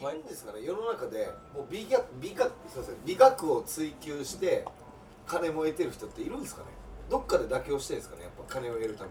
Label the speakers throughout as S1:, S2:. S1: まあいいんですかね世の中でもう美学美学すいません美学を追求して金も得てる人っているんですかねどっかで妥協してるんですかねやっぱ金を得るため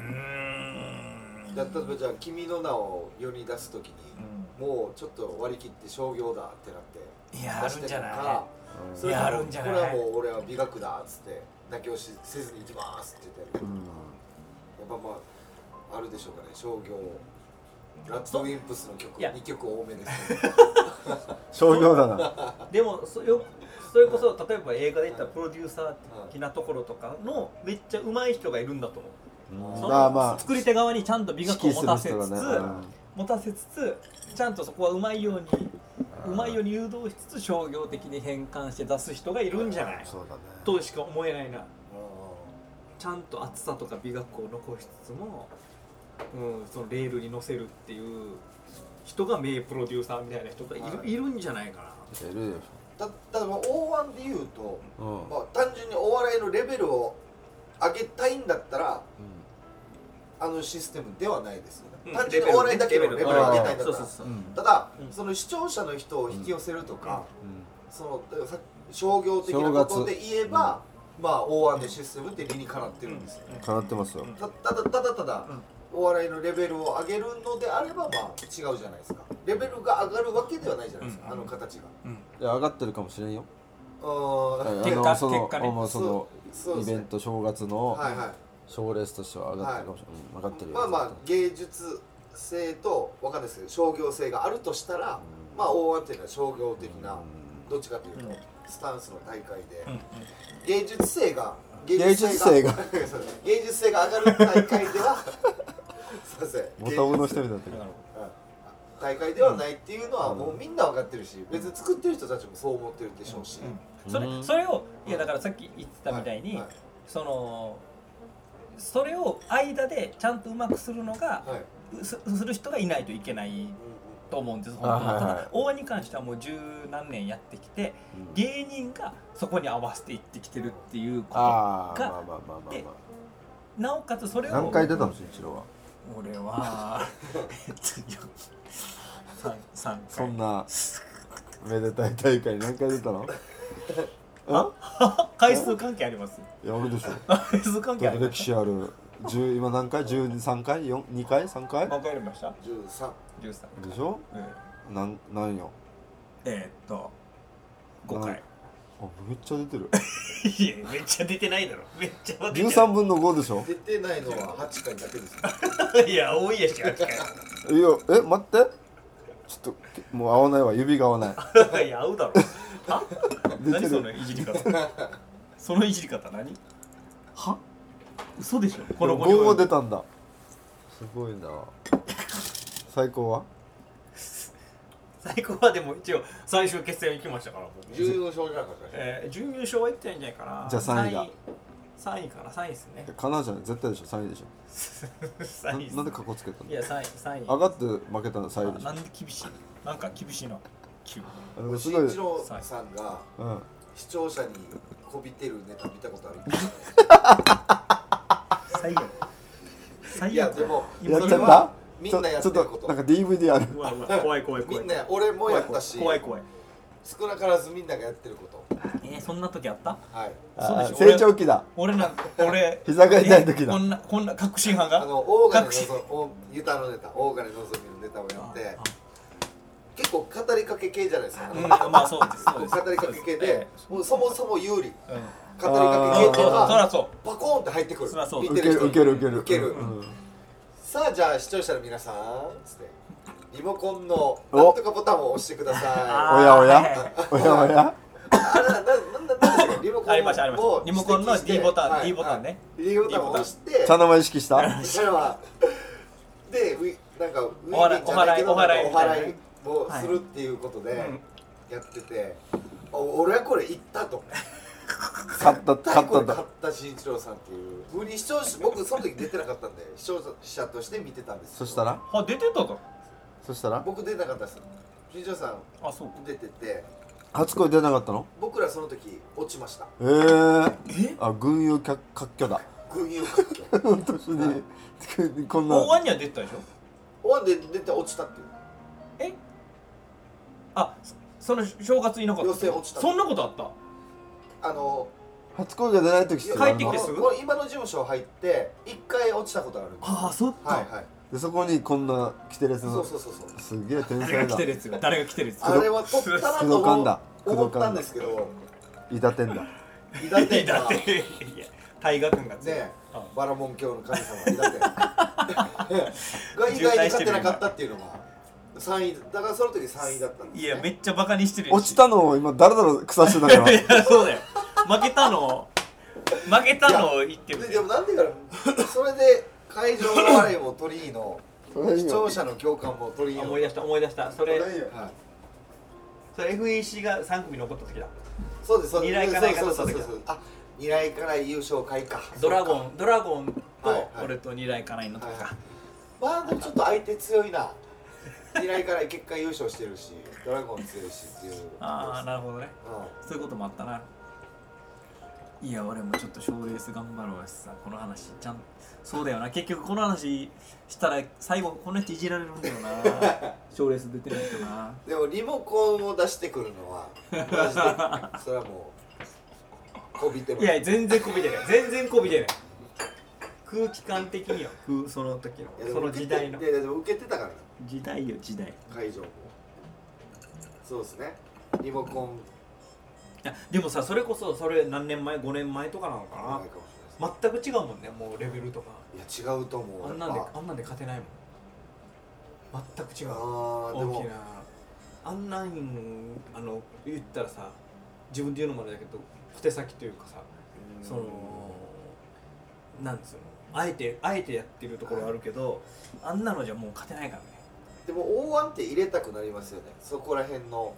S1: には
S2: うーん
S1: だ例えばじゃあ「君の名」を世に出す時に、もうちょっと割り切って商業だってなって
S2: いやあるんじゃない
S1: 出
S2: い
S1: して
S2: や
S1: とか
S2: あ
S1: それとも
S2: るんじゃない
S1: これはもう俺は美学だっつって妥協しせずに行きますって言ってやるやっぱまああるでしょうかね商業ラッドウィンプスの曲
S3: いや
S1: 2曲多めです けど
S4: 商業だな
S3: でもそよそれこそ例えば映画で言ったらプロデューサー的なところとかのめっちゃ上手い人がいるんだと思うその
S4: まあまあ
S3: 作り手側にちゃんと美
S4: 意
S3: 学を
S4: 識
S3: 持
S4: す
S3: た
S4: る
S3: せ
S4: 人
S3: つ
S4: が
S3: つ、
S4: ね
S3: 持たせつつちゃんとそこはうまいようにうまいように誘導しつつ商業的に変換して出す人がいるんじゃない
S4: そうだね
S3: としか思えないなちゃんと厚さとか美学を残しつつも、うん、そのレールに乗せるっていう人が名プロデューサーみたいな人がいる,、、
S1: はい
S3: るんじゃないかない
S4: るでし
S1: だだから O1 で言うと、
S4: ょ
S1: まあ、単純にお笑いのレベルを上げたいんだったらあのシステムではないですよね、単純にお笑いだけのレベルを上げたいんだったら、
S3: そうそうそう、
S1: ただ、
S3: うん
S1: その視聴者の人を引き寄せるとか、そのだからさ商業的な
S4: 正
S1: こ
S4: 月
S1: とで言えば、まあ O1 のシステムって理にかなってるんですよね、
S4: かなってますよ
S1: たただただただ、お笑いのレベルを上げるのであればまあ違うじゃないですかレベルが上がるわけではないじゃないですか、
S2: うん
S1: あの形が
S4: いや上がってるかもしれんよ
S1: うーん
S3: 結
S4: あ
S3: 果
S4: のそ
S3: 結
S4: の
S3: 果ね
S4: もうその
S1: そう
S4: イ
S1: です
S4: ベ
S1: ね
S4: ント正月の
S1: はいはい
S4: 賞レースとしては上がってるかもしれないうん上がってるよ
S1: まあまあ芸術性とわかんないですけど商業性があるとしたら、まあ大当てな商業的な、どっちかというと、スタンスの大会で、芸術性が
S4: 芸術性 が
S1: そう芸術性が上がる大会で はすいません
S4: ボタボの人
S1: 芸術
S4: みたいになってる
S1: うん大会ではないっていうのはもうみんな分かってるし別に作ってる人たちもそう思ってるでしょうし、
S3: それ
S4: うん
S3: それをいやだからさっき言ってたみたいに、
S1: は
S3: そのそれを間でちゃんとうまくするのが
S1: い、はいはいう
S3: すする人がいないといけない
S1: ん
S3: と思うんです本当は
S4: あはいはい
S3: ただ大和に関してはもう十何年やってきて
S4: うん
S3: 芸人がそこに合わせていってきてるっていうこ
S4: ああ
S3: が
S4: まあまあまあまあ
S3: で
S4: ま
S3: となおかつそれ
S4: あ
S3: を
S4: 何回出たの慎一郎は
S3: 俺は三三回
S4: そんなめでたい大会に何回出た のあ
S3: 回数関係あります
S4: いやあるでしょ
S3: 回数関係
S4: だ
S3: あ
S4: っ
S3: り
S4: て
S3: ま
S4: 歴
S3: す
S4: 史ある10今何回13回2回3回
S3: 何回やりました
S1: うん、13
S3: ?13
S4: でしょ
S3: うん
S4: なんなんよ
S3: えーっと5
S4: な
S3: 回
S4: あめっちゃ出 てる
S3: いやめっちゃ出てないだろめっちゃ出てない
S4: 13分の5でしょ
S1: 出てないのは8回だけ です
S3: いや多いやし8
S4: いやえ待ってちょっともう合わないわ指が合 わない
S3: 回いや合うだろは
S4: 出
S3: 何
S4: て
S3: そ
S4: る
S3: のいじり方そのいじり方何は嘘でしょこの
S4: 5
S3: 後に
S4: を出たんだすごいな最高は
S3: 最高はでも一応最終決戦行きましたから僕
S1: 14勝じゃなかったでしょ
S3: えー、準優勝は行ってないんじゃないかな
S4: じゃあ三位だ
S3: 3位3位かな3位です ね
S4: かなうじゃない絶対でしょ3位でしょな
S3: 3位っす
S4: なんで過去つけたの
S3: いや3位3位
S4: 上がって負けたの最後でし
S3: あなんで厳しいなんか厳しいな急に
S4: ょでもす
S1: 慎
S4: ごい
S1: 一郎さんが
S4: うん
S1: 視聴者にこびてるネタ見たことある
S3: 最悪
S1: い
S3: 最
S1: や
S3: 悪
S1: でも
S4: や
S1: 今
S4: っ
S1: そ
S4: ち
S1: れ
S4: ゃ
S1: は
S4: っ
S1: み
S4: た
S1: んなやっ
S4: ち
S1: て
S4: ょ
S1: る
S4: ちょ
S1: こ
S4: っ
S1: と
S4: となんか DVD ある
S3: うわうわ怖い怖い
S1: み
S3: 怖い
S1: んな俺も
S3: 怖
S1: や
S3: い
S1: ったし
S3: 怖い怖い
S1: 少なからずみんながやってること
S3: えー、そんな時あった
S1: はい
S3: そうで
S4: あ
S3: しょ
S4: 成長期だ
S3: 俺なんか俺
S4: 膝が痛い時だ
S3: こんなこんな確信犯
S1: あ
S3: が
S1: の大金の
S3: 隠し
S1: ぞおユタのネタ大金のぞみのネタをやって
S3: あ
S1: 結構語りかけ系じゃないですか、
S3: あうんまあそうですそう です
S1: 語りかけ系
S3: そう
S1: で
S3: です
S1: もうそもそも有利語
S3: うん
S1: りかけ系っていうの
S3: そら
S1: が
S3: そ
S1: パコーンって入ってくる
S3: そらそう
S1: 見て
S4: 受け
S1: る
S4: る
S1: 人
S4: 受ける受ける
S1: 受ける
S4: うん
S1: さあじゃあ視聴者の皆さんつってリモコンのな
S4: お
S1: んとかボタンを押してください
S3: あ
S4: おやお
S3: はいはいは
S4: や
S3: い
S4: おやおや
S1: あなななんだなんですかリモコンを
S3: ありましたありました
S1: を
S3: リモコンの
S1: 指摘して
S3: D ボタン
S1: はい
S3: D ボタンね
S1: はい D ボタンを押して
S4: 茶の間意識した
S1: それはでウィなんかウィ
S3: お祓い
S1: リンじゃないけど
S3: お祓い
S1: なんかお祓いをするっていうこと
S3: う、う
S1: で
S3: ん、
S1: やってて、あ俺はこれ行ったと
S4: 勝った
S1: 絶対
S4: 勝っ
S1: こ
S4: たん
S1: れ
S4: だ
S1: 勝った慎一郎さんっていう風に視聴者僕その時出てなかったんで視聴者として見てたんですけど
S4: そしたら
S3: あ出てたぞ
S4: そしたら
S1: 僕出なかったです慎一郎さん
S3: あそうか
S1: 出てて
S4: 初恋出なかったの
S1: 僕らその時落ちました
S4: えー、
S3: え
S4: あ群雄割拠だ
S1: 群雄割拠
S4: 本当にこんな
S3: 大和には出てたでしょ
S1: おわんで出て落ちたっていう
S3: えあそその正月いなかった
S1: 予選落ちた
S3: そんなことあった
S1: あの
S4: 初恋が出ない時必要な
S3: 帰ってきてすぐ
S1: この今の事務所入って一回落ちたことあるんです
S3: ああそっか、
S1: はいはい
S4: でそこにこんな来てるやつ
S1: そ
S4: の
S1: うそうそうそう
S4: すげえ天
S3: 誰が
S4: 才
S3: 来
S4: だ
S3: てるやつよ誰が来てるやつ
S1: あれは取ったなと
S4: 工藤
S1: 思
S4: 勘
S1: う
S4: だ
S1: 思ったんですけど
S4: 伊達天だ
S1: 伊達 天
S3: だ
S1: が
S3: っ
S1: ね
S3: ていや大河君が強い
S1: え
S3: あ
S1: バラモン教の神様伊達天が意外に勝てなかったっていうのが3位だからその時3位だったんです、ね、
S2: いやめっちゃバカにしてるやん
S4: 落ちたのを今誰だろう草して たから
S2: いやそうだよ負けたの負けたのを言って
S1: で
S2: る
S1: でもなんでかなそれで会場の笑いも取りいいの視聴者の共感も取りいいの
S3: 思い出した思い出したそれ
S1: はい
S2: それ FEC が3組残った時だ
S1: そうですそうです
S2: 二来から行か
S1: そ
S2: な
S1: う
S2: か
S1: そう
S2: った
S1: そうそうあ二来から優勝会か
S2: ドラゴ
S1: そうか
S2: ンドラゴン
S1: はい
S2: と
S1: はい
S2: 俺と二来かないのと
S1: はいはい
S2: か
S1: まあでもちょっと相手強いな二来から結果優勝してるしドラゴン強いしっていう
S2: ああなるほどね
S1: う
S2: そういうこともあったな。いや、俺もちょっと賞レース頑張ろうやしさ、この話、ちゃんそうだよな、結局この話したら、最後、この人いじられるんだよな。賞レース出てる人な。
S1: んでもリモコンを出してくるのは マジでそれはもうこびてます
S3: いや全然こびてない全然こびてない空気感的には空その時の
S1: いやでも
S3: その時代の
S1: いやいやでも受けてたからな
S2: 時代よ、時代。い
S1: 会場もそうですねリモコン
S3: やでもさそれこそそれ何年前5年前とかなのか
S1: ないか
S3: な
S1: もしれない
S3: 全く違うもんねもうレベルとか
S1: ですいや違うと思う
S3: あんなんで
S1: やっぱ
S3: あんなんで勝てないもん全く違う
S1: あーで
S3: 大き
S1: も
S3: なあんなんあの言ったらさ自分で言うのもあれだけど小手先というかさ
S1: うん
S3: そのなんつうのあえてあえてやってるところはあるけどあんなのじゃもう勝てないからね
S1: でも大安って入れたくなりますよねそこら辺の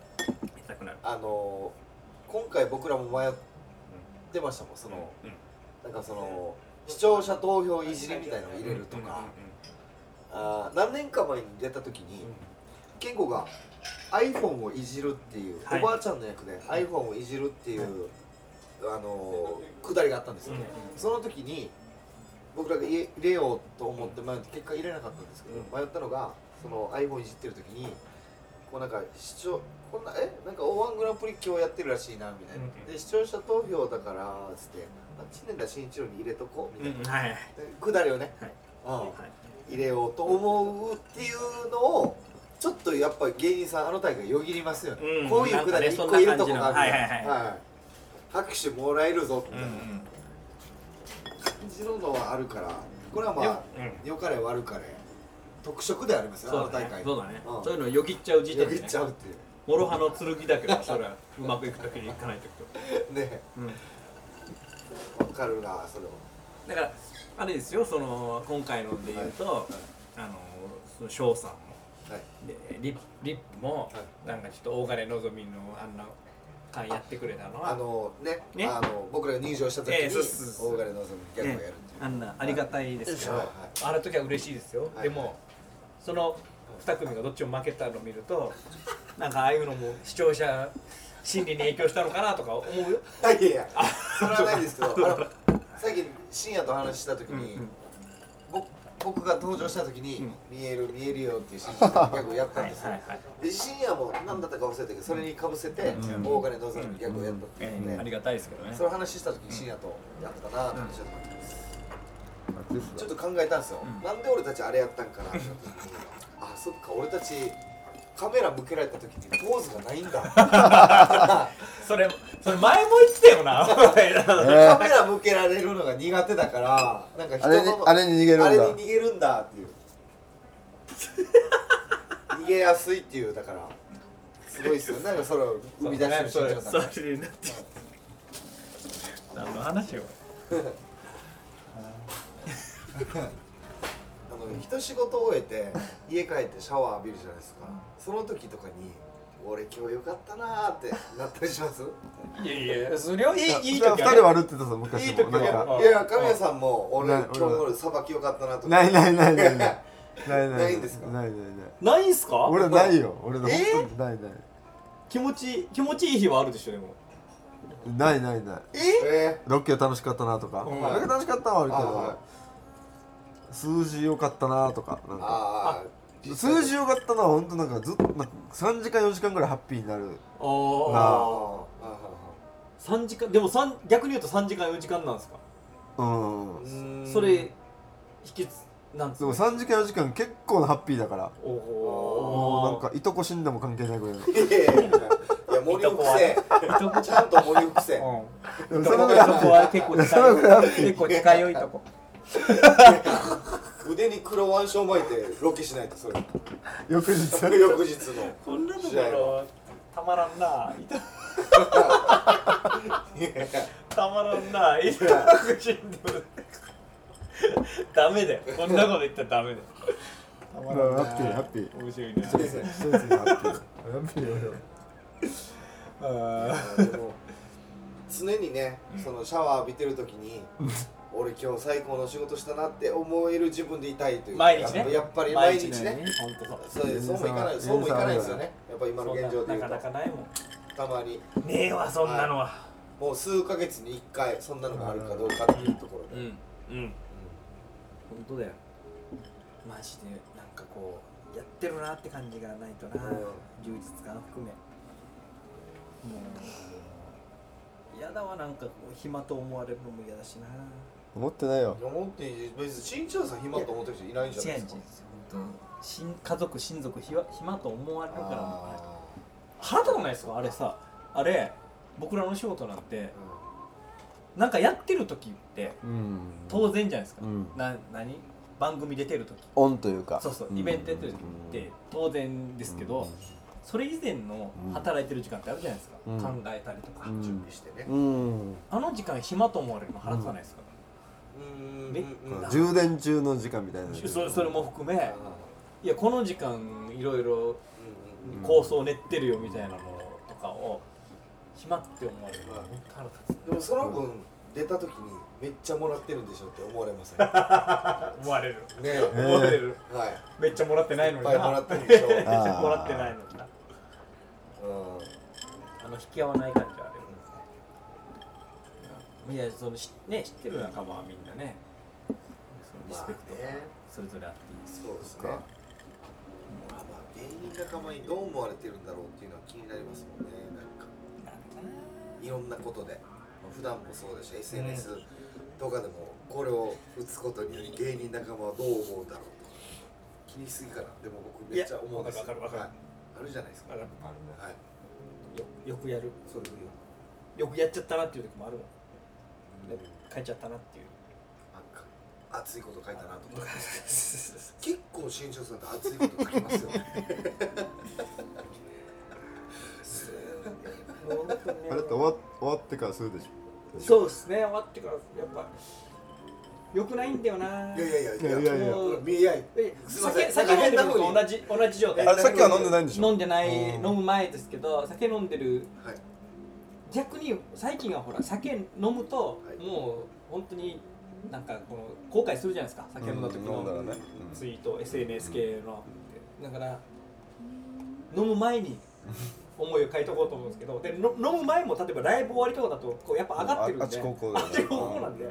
S3: 痛くなる
S1: あのー今回僕らも迷ってましたもんその、
S3: うん
S1: なんかその視聴者投票いじりみたいなのを入れるとか、あー何年か前に出た時に、健吾が iPhone をいじるっていう、
S3: はい
S1: おばあちゃんの役で iPhone をいじるっていう、あのーくだりがあったんですよね、その時に僕らが入れようと思って迷って結果入れなかったんですけど、迷ったのがその iPhone いじってる時にこうなんか視聴こんなえなんか O1 グランプリ今日やってるらしいなみたいな、
S3: うんうん
S1: で視聴者投票だからっつってあ知念田真一郎に入れとこうみたいな、
S3: はいはい
S1: くだりをね、うん入れようと思うっていうのをちょっとやっぱ芸人さんあの大会よぎりますよね、
S3: うん
S1: こういうくだり一個いるとこがあるから、
S3: なんかねそんな感じのはい
S1: はい拍手もらえるぞみ
S2: う
S1: たい
S2: ん
S1: な感じののはあるからこれはまあ
S3: うん
S1: 良かれ悪かれ特色ではありますよ、あ
S3: そ
S1: の
S3: うだ
S1: 大
S3: ね
S1: 会
S3: そうだね
S1: うん
S3: そういうのをよぎっちゃう時
S1: よぎ
S3: 点で
S1: っ
S3: ね
S1: ちゃうっていう
S3: もろ刃の剣だけどそれはうまくいく時にいかない時と
S1: ね
S3: うん
S1: わかるなそれは
S3: だからあれですよその今回ので言うと、あのその翔さんも
S1: はい
S3: でリップリップも、
S1: は
S3: なんかちょっと大金のぞみのあんな会やってくれたのは
S1: あのね
S3: ね
S1: あの僕らが入場した時に
S3: ええそうそうそう
S1: 大金のぞみギャグをやるっていう、
S3: あんなありがたいですけど、
S1: はいはい
S3: あの時は嬉しいですよ、
S1: はい
S3: でもその2組がどっちも負けたのを見るとなんかああいうのも視聴者心理に影響したのかなとか思うよ
S1: あいやいやそれはないですけどあの最近深夜と話した時に、ぼ僕が登場した時に、見える見えるよっていう新人のギャグをやったんですよ、
S3: はい、
S1: で深夜も何だったか忘れたけどそれにかぶせて、大金どうぞのギャグをやったっていうので、
S2: ありがたいですけどね
S1: そ。の話した時に深夜とやったなって話した時に、ちょっと考えたんですよ、なんで俺たちあれやったんかなって思った時にあそっか俺たちカメラ向けられた時にポーズがないんだ
S3: それそれ前も言ってたよなお前ら
S4: え
S1: カ
S4: ー
S1: メラ向けられるのが苦手だからなんか人
S4: あ
S1: の
S4: れにあれに逃げるんだ
S1: あれに逃げるんだ っていう逃げやすいっていうだからすごいですよなんかそれを生み出してる
S3: そ
S1: 新
S3: う
S1: 庄さん
S3: それになって何の話よ
S1: あの一仕事終えて家帰ってシャワー浴びるじゃないですかその時とかに俺今日よかったなーってなったりします
S3: いやいやそれはい
S4: いや
S3: いいい
S4: 二
S3: 時ある
S4: 人悪って言ってたぞ
S3: いい
S4: 昔
S3: 時
S4: もなん
S3: ある
S4: か
S1: いや神谷さんも俺
S4: ない
S1: 今日のさばきよかったなとか
S4: ないないないないないない
S1: ないんですか
S4: ないないない
S3: ないんすか
S4: 俺ないよ俺本
S3: え
S4: 当にないない
S3: 気持ち気持ちいい日はあるでしょでも
S4: ないないない
S1: え
S4: ロケ楽しかったなとか
S3: うん
S4: ロケ楽しかったはあるけ
S1: あは
S4: ど数字良かったなとかなん
S1: ー、
S4: か
S1: ああ
S4: 数字よかったのは本当なんかずっとなんか3時間4時間ぐらいハッピーになるな
S5: ああ
S1: ああ
S5: 3時間でも三逆に言うと3時間4時間なんですか
S4: うん
S5: それ引きつなんです
S4: でも3時間4時間結構なハッピーだから
S5: お
S4: もうなん
S5: お
S4: かいとこ死んでも関係ないぐら いの
S1: いやいやいやいや森をくせえちゃんと森をくせえ
S4: でもそのぐらいハッピー
S3: は結構
S4: そのぐらいハッピー
S3: 結構近いよいとこ
S1: 腕に黒腕章巻いてロケしないとそれ
S4: 翌日
S1: 翌日の
S3: こんなとこ
S1: 試合は
S3: ろたまらんないと
S1: いやいや
S3: たまらんないとこ死んでるダメだよこんなこと言ったらダメだよたまらんな
S4: ハッピーハッピー
S3: い面白いな
S4: 一つ一つのハッピーハッピーよ
S3: あ
S1: でも常にねそのシャワー浴びてる時に俺今日最高の仕事したなって思える自分でいたいというか
S3: 毎日ね
S1: やっぱ
S3: ー
S1: り毎日ね
S3: 本当そう
S1: そうそうもいかないそうもいかないですよねやっぱ今の現状
S3: そ
S1: で
S3: ん
S1: い
S3: な
S1: う
S3: なかな
S1: と
S3: かないもん
S1: たまに
S3: ねえわそんなのは
S1: もう数ヶ月に1回そんなのがあるかどうかっていうところ
S5: う
S1: で
S5: んうん本当だよマジでなんかこうやってるなって感じがないとな、
S1: うん
S5: 充実感含めもう嫌だわなんかこう暇と思われるのも嫌だしな
S4: 思ってないよ
S1: 思って別にしんちゃんさん暇と思ってる人いないんじゃない
S3: 違う違う
S1: ですか
S3: 本当親家族親族ひわ暇と思われるからもうあれ
S1: あ
S3: 腹立たないですかあれさあれ僕らの仕事なんて
S1: ーう
S3: なんかやってる時って
S4: うん
S3: 当然じゃないですか、
S4: うん
S3: な何番組出てる時
S4: オンというか
S3: そうそう
S4: うん
S3: イベントやってる時って当然ですけど、それ以前の働いてる時間ってあるじゃないですか、
S4: うん
S3: 考えたりとか、
S4: うん
S1: ん準備してね
S4: うん
S3: あの時間暇と思われるの腹立たないですか、
S1: うん
S3: めっ
S1: うんうん
S4: 充電中の時間みたいな
S3: それそれも含め
S1: う
S3: いやこの時間いろいろ
S1: んうん
S3: 構想練ってるよみたいなのとかを暇って思われるの
S1: うん
S3: 本当腹立
S1: でもその分出た時にめっちゃもらってるんでしょって思われませ んね
S3: つ思われる
S1: え
S4: え
S3: 思われる
S1: はい
S3: めっちゃもらってないの
S1: いっ
S3: に
S1: ぱいもら
S3: な
S1: ってるでしょ
S3: めっちゃ もらってないのにな
S1: うん
S3: あの引き合わない感じはあるいやそのしね知ってる仲間はみんなねそのリスペクト
S1: まあね
S3: それぞれあっていいです
S1: そうですねまあまあ芸人仲間にどう思われてるんだろうっていうのは気になりますもんねなんかいろんなことで普段もそうだし SNS とかでもこれを打つことにより芸人仲間はどう思うんだろうとか気にしすぎかなでも僕めっちゃ思うんですよ
S3: いやわかるわかる
S1: はいあるじゃないですか
S3: だから
S1: はい
S3: よよくやる
S1: そういうよ
S3: よくやっちゃったなっていう時もあるもん
S1: なん
S3: 変えちゃったなっていう
S1: か熱いこと書いたなとか結構新庄さんって熱いこと書きますよね
S4: あれって終わ終わってからするでし
S3: そうですね終わってからやっぱ良くないんだよない
S1: やいやいやい
S4: ょいやいやいや
S3: もう
S1: 見え合い
S3: え
S1: すいません
S3: 酒酒飲んでるのと同じ同じ状態
S4: あれさっきは飲んでないんでしょ
S3: 飲んでない
S4: うん
S3: 飲む前ですけど酒飲んでる
S1: はい
S3: 逆に最近はほら酒飲むと、
S1: はい
S3: もう本当になんかこの後悔するじゃないですか酒飲んだ時
S4: うん飲んだら
S3: の
S4: ね
S3: ツイート、SNS 系のだから飲む前に思いを書いとこうと思うんですけどでの飲む前も例えばライブ終わりとかだとこうやっぱ上がってるんで
S4: ああっち高校だ
S3: あ
S4: よね
S3: っち高校なんで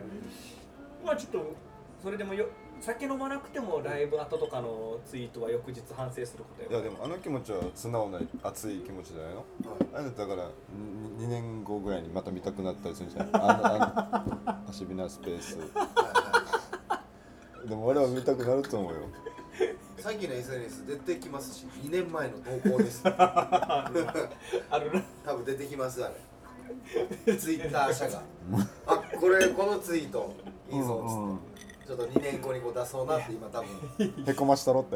S3: まあちょっとそれでもよ酒飲まなくてもライブ後とかのツイートは翌日反省すること
S4: いや
S3: よ
S4: でもあの気持ちは素直な熱い気持ちじゃないのあれだからに2年後ぐらいにまた見たくなったりするんじゃないあのあの足びなスペースでも俺は見たくなると思うよ
S1: さっきの SNS 出てきますし2年前の投稿です
S3: あ るな
S1: 多分出てきますあれツイッター社があこれこのツイートいいぞっつってちょっと2年後にこう出そうなって今多分
S4: へこましたろって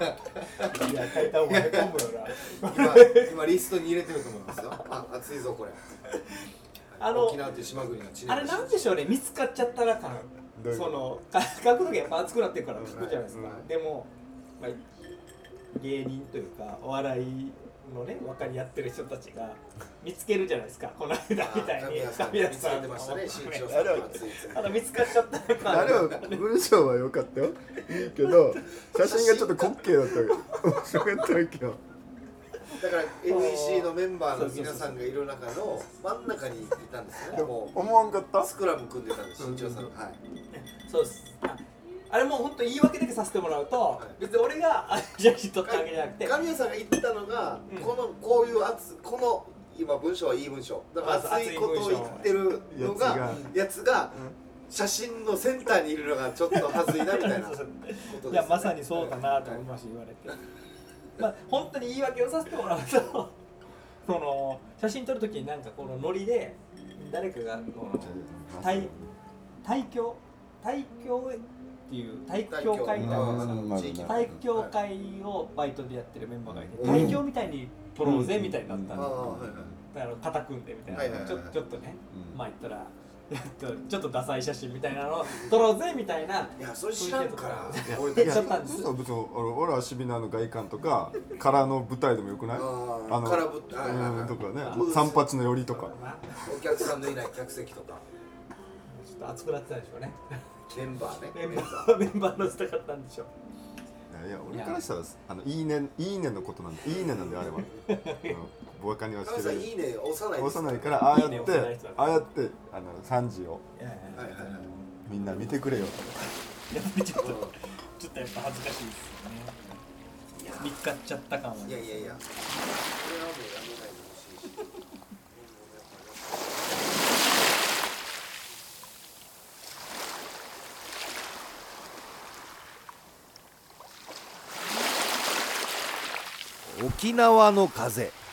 S3: いや書いた方がへこむよな
S1: 今今リストに入れてると思いますよあ熱いぞこれ
S3: あの
S1: 沖縄という島国の地
S3: あれなんでしょうね見つかっちゃったら感
S4: どういうこ
S3: そ
S4: と
S3: のか書く時やっぱ熱くなってるから聞くじゃないですか、
S1: うん
S3: でも、まあ、芸人というかお笑いのね若にやってる人たちが見つけるじゃないですかこの間みたいに
S1: 神谷さん見
S3: 谷
S1: つけてましたね新庄さんの熱いツイート
S3: あの見つかっちゃったら感
S4: あれは文章は良かったよいいけど写真がちょっと滑稽だった面白かったわけよ
S1: だから NEC のメンバーの皆さんがいる中の真ん中にいたんですよねもう
S4: 思わんかった
S1: スクラム組んでたんです新庄さんがはい
S3: そうですああれもう本当言い訳だけさせてもらうと、
S1: い
S3: 別に俺があ写真撮ったわけじゃなくて
S1: 神谷さんが言ってたのが、
S3: うん
S1: このこういう熱この今文章はいい文章だから
S3: あ
S1: 熱いことを言ってるのがや
S4: や
S1: つが写真のセンターにいるのがちょっとはずいなみたいなことです、ね、
S3: いやまさにそうだなと思いました言われてまあ本当に言い訳をさせてもらうと その写真撮るときになんかこのノリで誰かがこの対対教対教っていう対教会みたいなのがさ
S4: うんまあ
S1: 地域の
S3: 対教会をバイトでやってるメンバーがいて
S4: うん
S3: 対教みたいに撮ろうぜみたいになっ
S1: あ
S3: た
S1: あ
S3: んで
S1: はいはい
S3: あの肩組んでみたいな、
S1: はいはいはい
S3: ちょちょっとねまあ言ったらえっとちょっとダサい写真みたいなのを撮ろうぜみたいない
S1: やそれ知らんから俺
S4: い
S1: た
S4: や
S1: ち
S3: ち
S4: いやそ
S3: ょっ
S4: う
S3: となんです
S4: そう別に俺俺はシビナの外観とか空の舞台でもよくない
S1: あの空ぶったはいはい
S4: うん
S1: は
S4: とかね
S3: あ
S4: 三八の寄りとか
S3: まあ
S1: いお客さんのいない客席とか
S3: ちょっと熱くなってたんでしょうね
S1: メンバーね
S3: メン
S1: メ
S3: バ
S1: ンバ
S3: ーメンバーのしたかったんでしょう
S4: いや俺からしたらあのいいねいいねのことなんでいいねなんであ れはうんバカに
S1: ー
S4: は
S1: 神谷
S4: して
S1: さん
S4: る
S1: いいね押さないです
S4: 幼いからああやっ
S3: いいね
S4: て
S3: 幼い人だ
S4: ああやってあの3時を
S3: いやい
S1: はいはいはい
S4: みんな見てくれよ
S3: やいやちょっ
S1: う
S3: と
S1: ん
S3: ちょっとやっぱ恥ずかしいですよね見っかっちゃった感はい
S1: やいやいや、それはもうやめないでほしいし。沖縄の風。